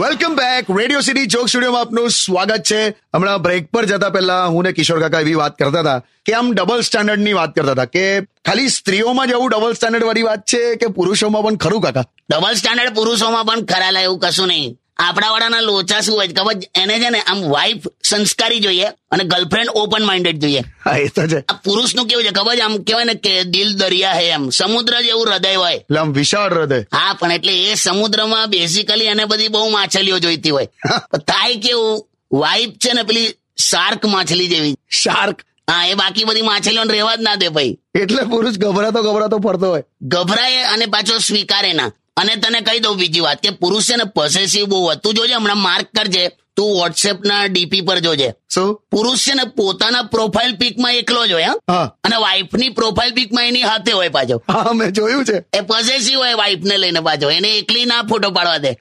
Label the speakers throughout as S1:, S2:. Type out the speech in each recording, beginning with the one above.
S1: Welcome back radio city joke સ્ટુડિયોમાં આપનું સ્વાગત છે હમણાં બ્રેક પર જતા પહેલા હું ને કિશોર કાકા એવી વાત કરતા હતા કે આમ ડબલ સ્ટાન્ડર્ડ ની વાત કરતા હતા કે ખાલી સ્ત્રીઓમાં જ આવું ડબલ સ્ટાન્ડર્ડ વાળી વાત છે કે પુરુષોમાં પણ ખરું કાકા
S2: ડબલ સ્ટાન્ડર્ડ પુરુષોમાં પણ ખરાલા એવું કશું નહીં આપણા વાળાના લોચા શું હોય છે ખબર છે? એને છે ને આમ વાઇફ સંસ્કારી જોઈએ અને ગર્લફ્રેન્ડ ઓપન માઇન્ડેડ જોઈએ
S1: હા એ તો છે
S2: આ પુરુષનું કેવું છે ખબર છે આમ કેવાય ને કે દિલ દરિયા હે એમ સમુદ્ર જેવું હૃદય હોય
S1: એટલે આમ વિશાળ હૃદય
S2: હા પણ એટલે એ સમુદ્રમાં બેઝિકલી એને બધી બહુ માછલીઓ જોઈતી હોય પણ થાય કેવું વાઇફ છે ને પેલી શાર્ક માછલી જેવી
S1: શાર્ક
S2: હા એ બાકી બધી માછલીઓને રહેવા જ ના દે ભાઈ
S1: એટલે પુરુષ ગભરાતો ગભરાતો ફરતો હોય
S2: ગભરાય અને પાછો સ્વીકારે ના અને તને કહી દઉં બીજી વાત કે પુરુષ છે ને પોસેસિવ બહુ હોય. તું જોજે હમણાં માર્ક કરજે તું WhatsApp ના ડીપી પર જોજે
S1: શું
S2: પુરુષ છે ને પોતાના પ્રોફાઇલ પિકમાં એકલો જ હોય હા?
S1: હા
S2: અને વાઇફની પ્રોફાઇલ પિકમાં એની હાથે હોય પાછો
S1: હા મેં જોયું છે
S2: એ પોસેસિવ હોય વાઇફને લઈને પાછો એને એકલી ના ફોટો પાડવા દે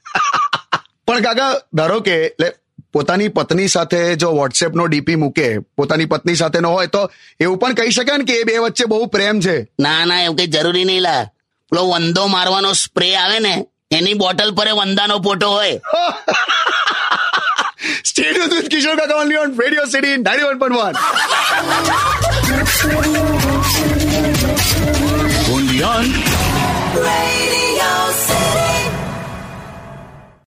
S1: પણ કાકા ધારો કે એટલે પોતાની પત્ની સાથે જો વોટ્સએપ નો ડીપી મૂકે પોતાની પત્ની સાથેનો હોય તો એવું પણ કહી શકાય ને કે એ બે વચ્ચે બહુ પ્રેમ છે
S2: ના ના એવું કઈ જરૂરી નહીં લા પેલો વંદો મારવાનો સ્પ્રે આવે ને એની બોટલ પર એ વંદાનો ફોટો હોય
S1: Stay tuned with Kishore Kaka only on Radio City 91.1.
S3: Radio City.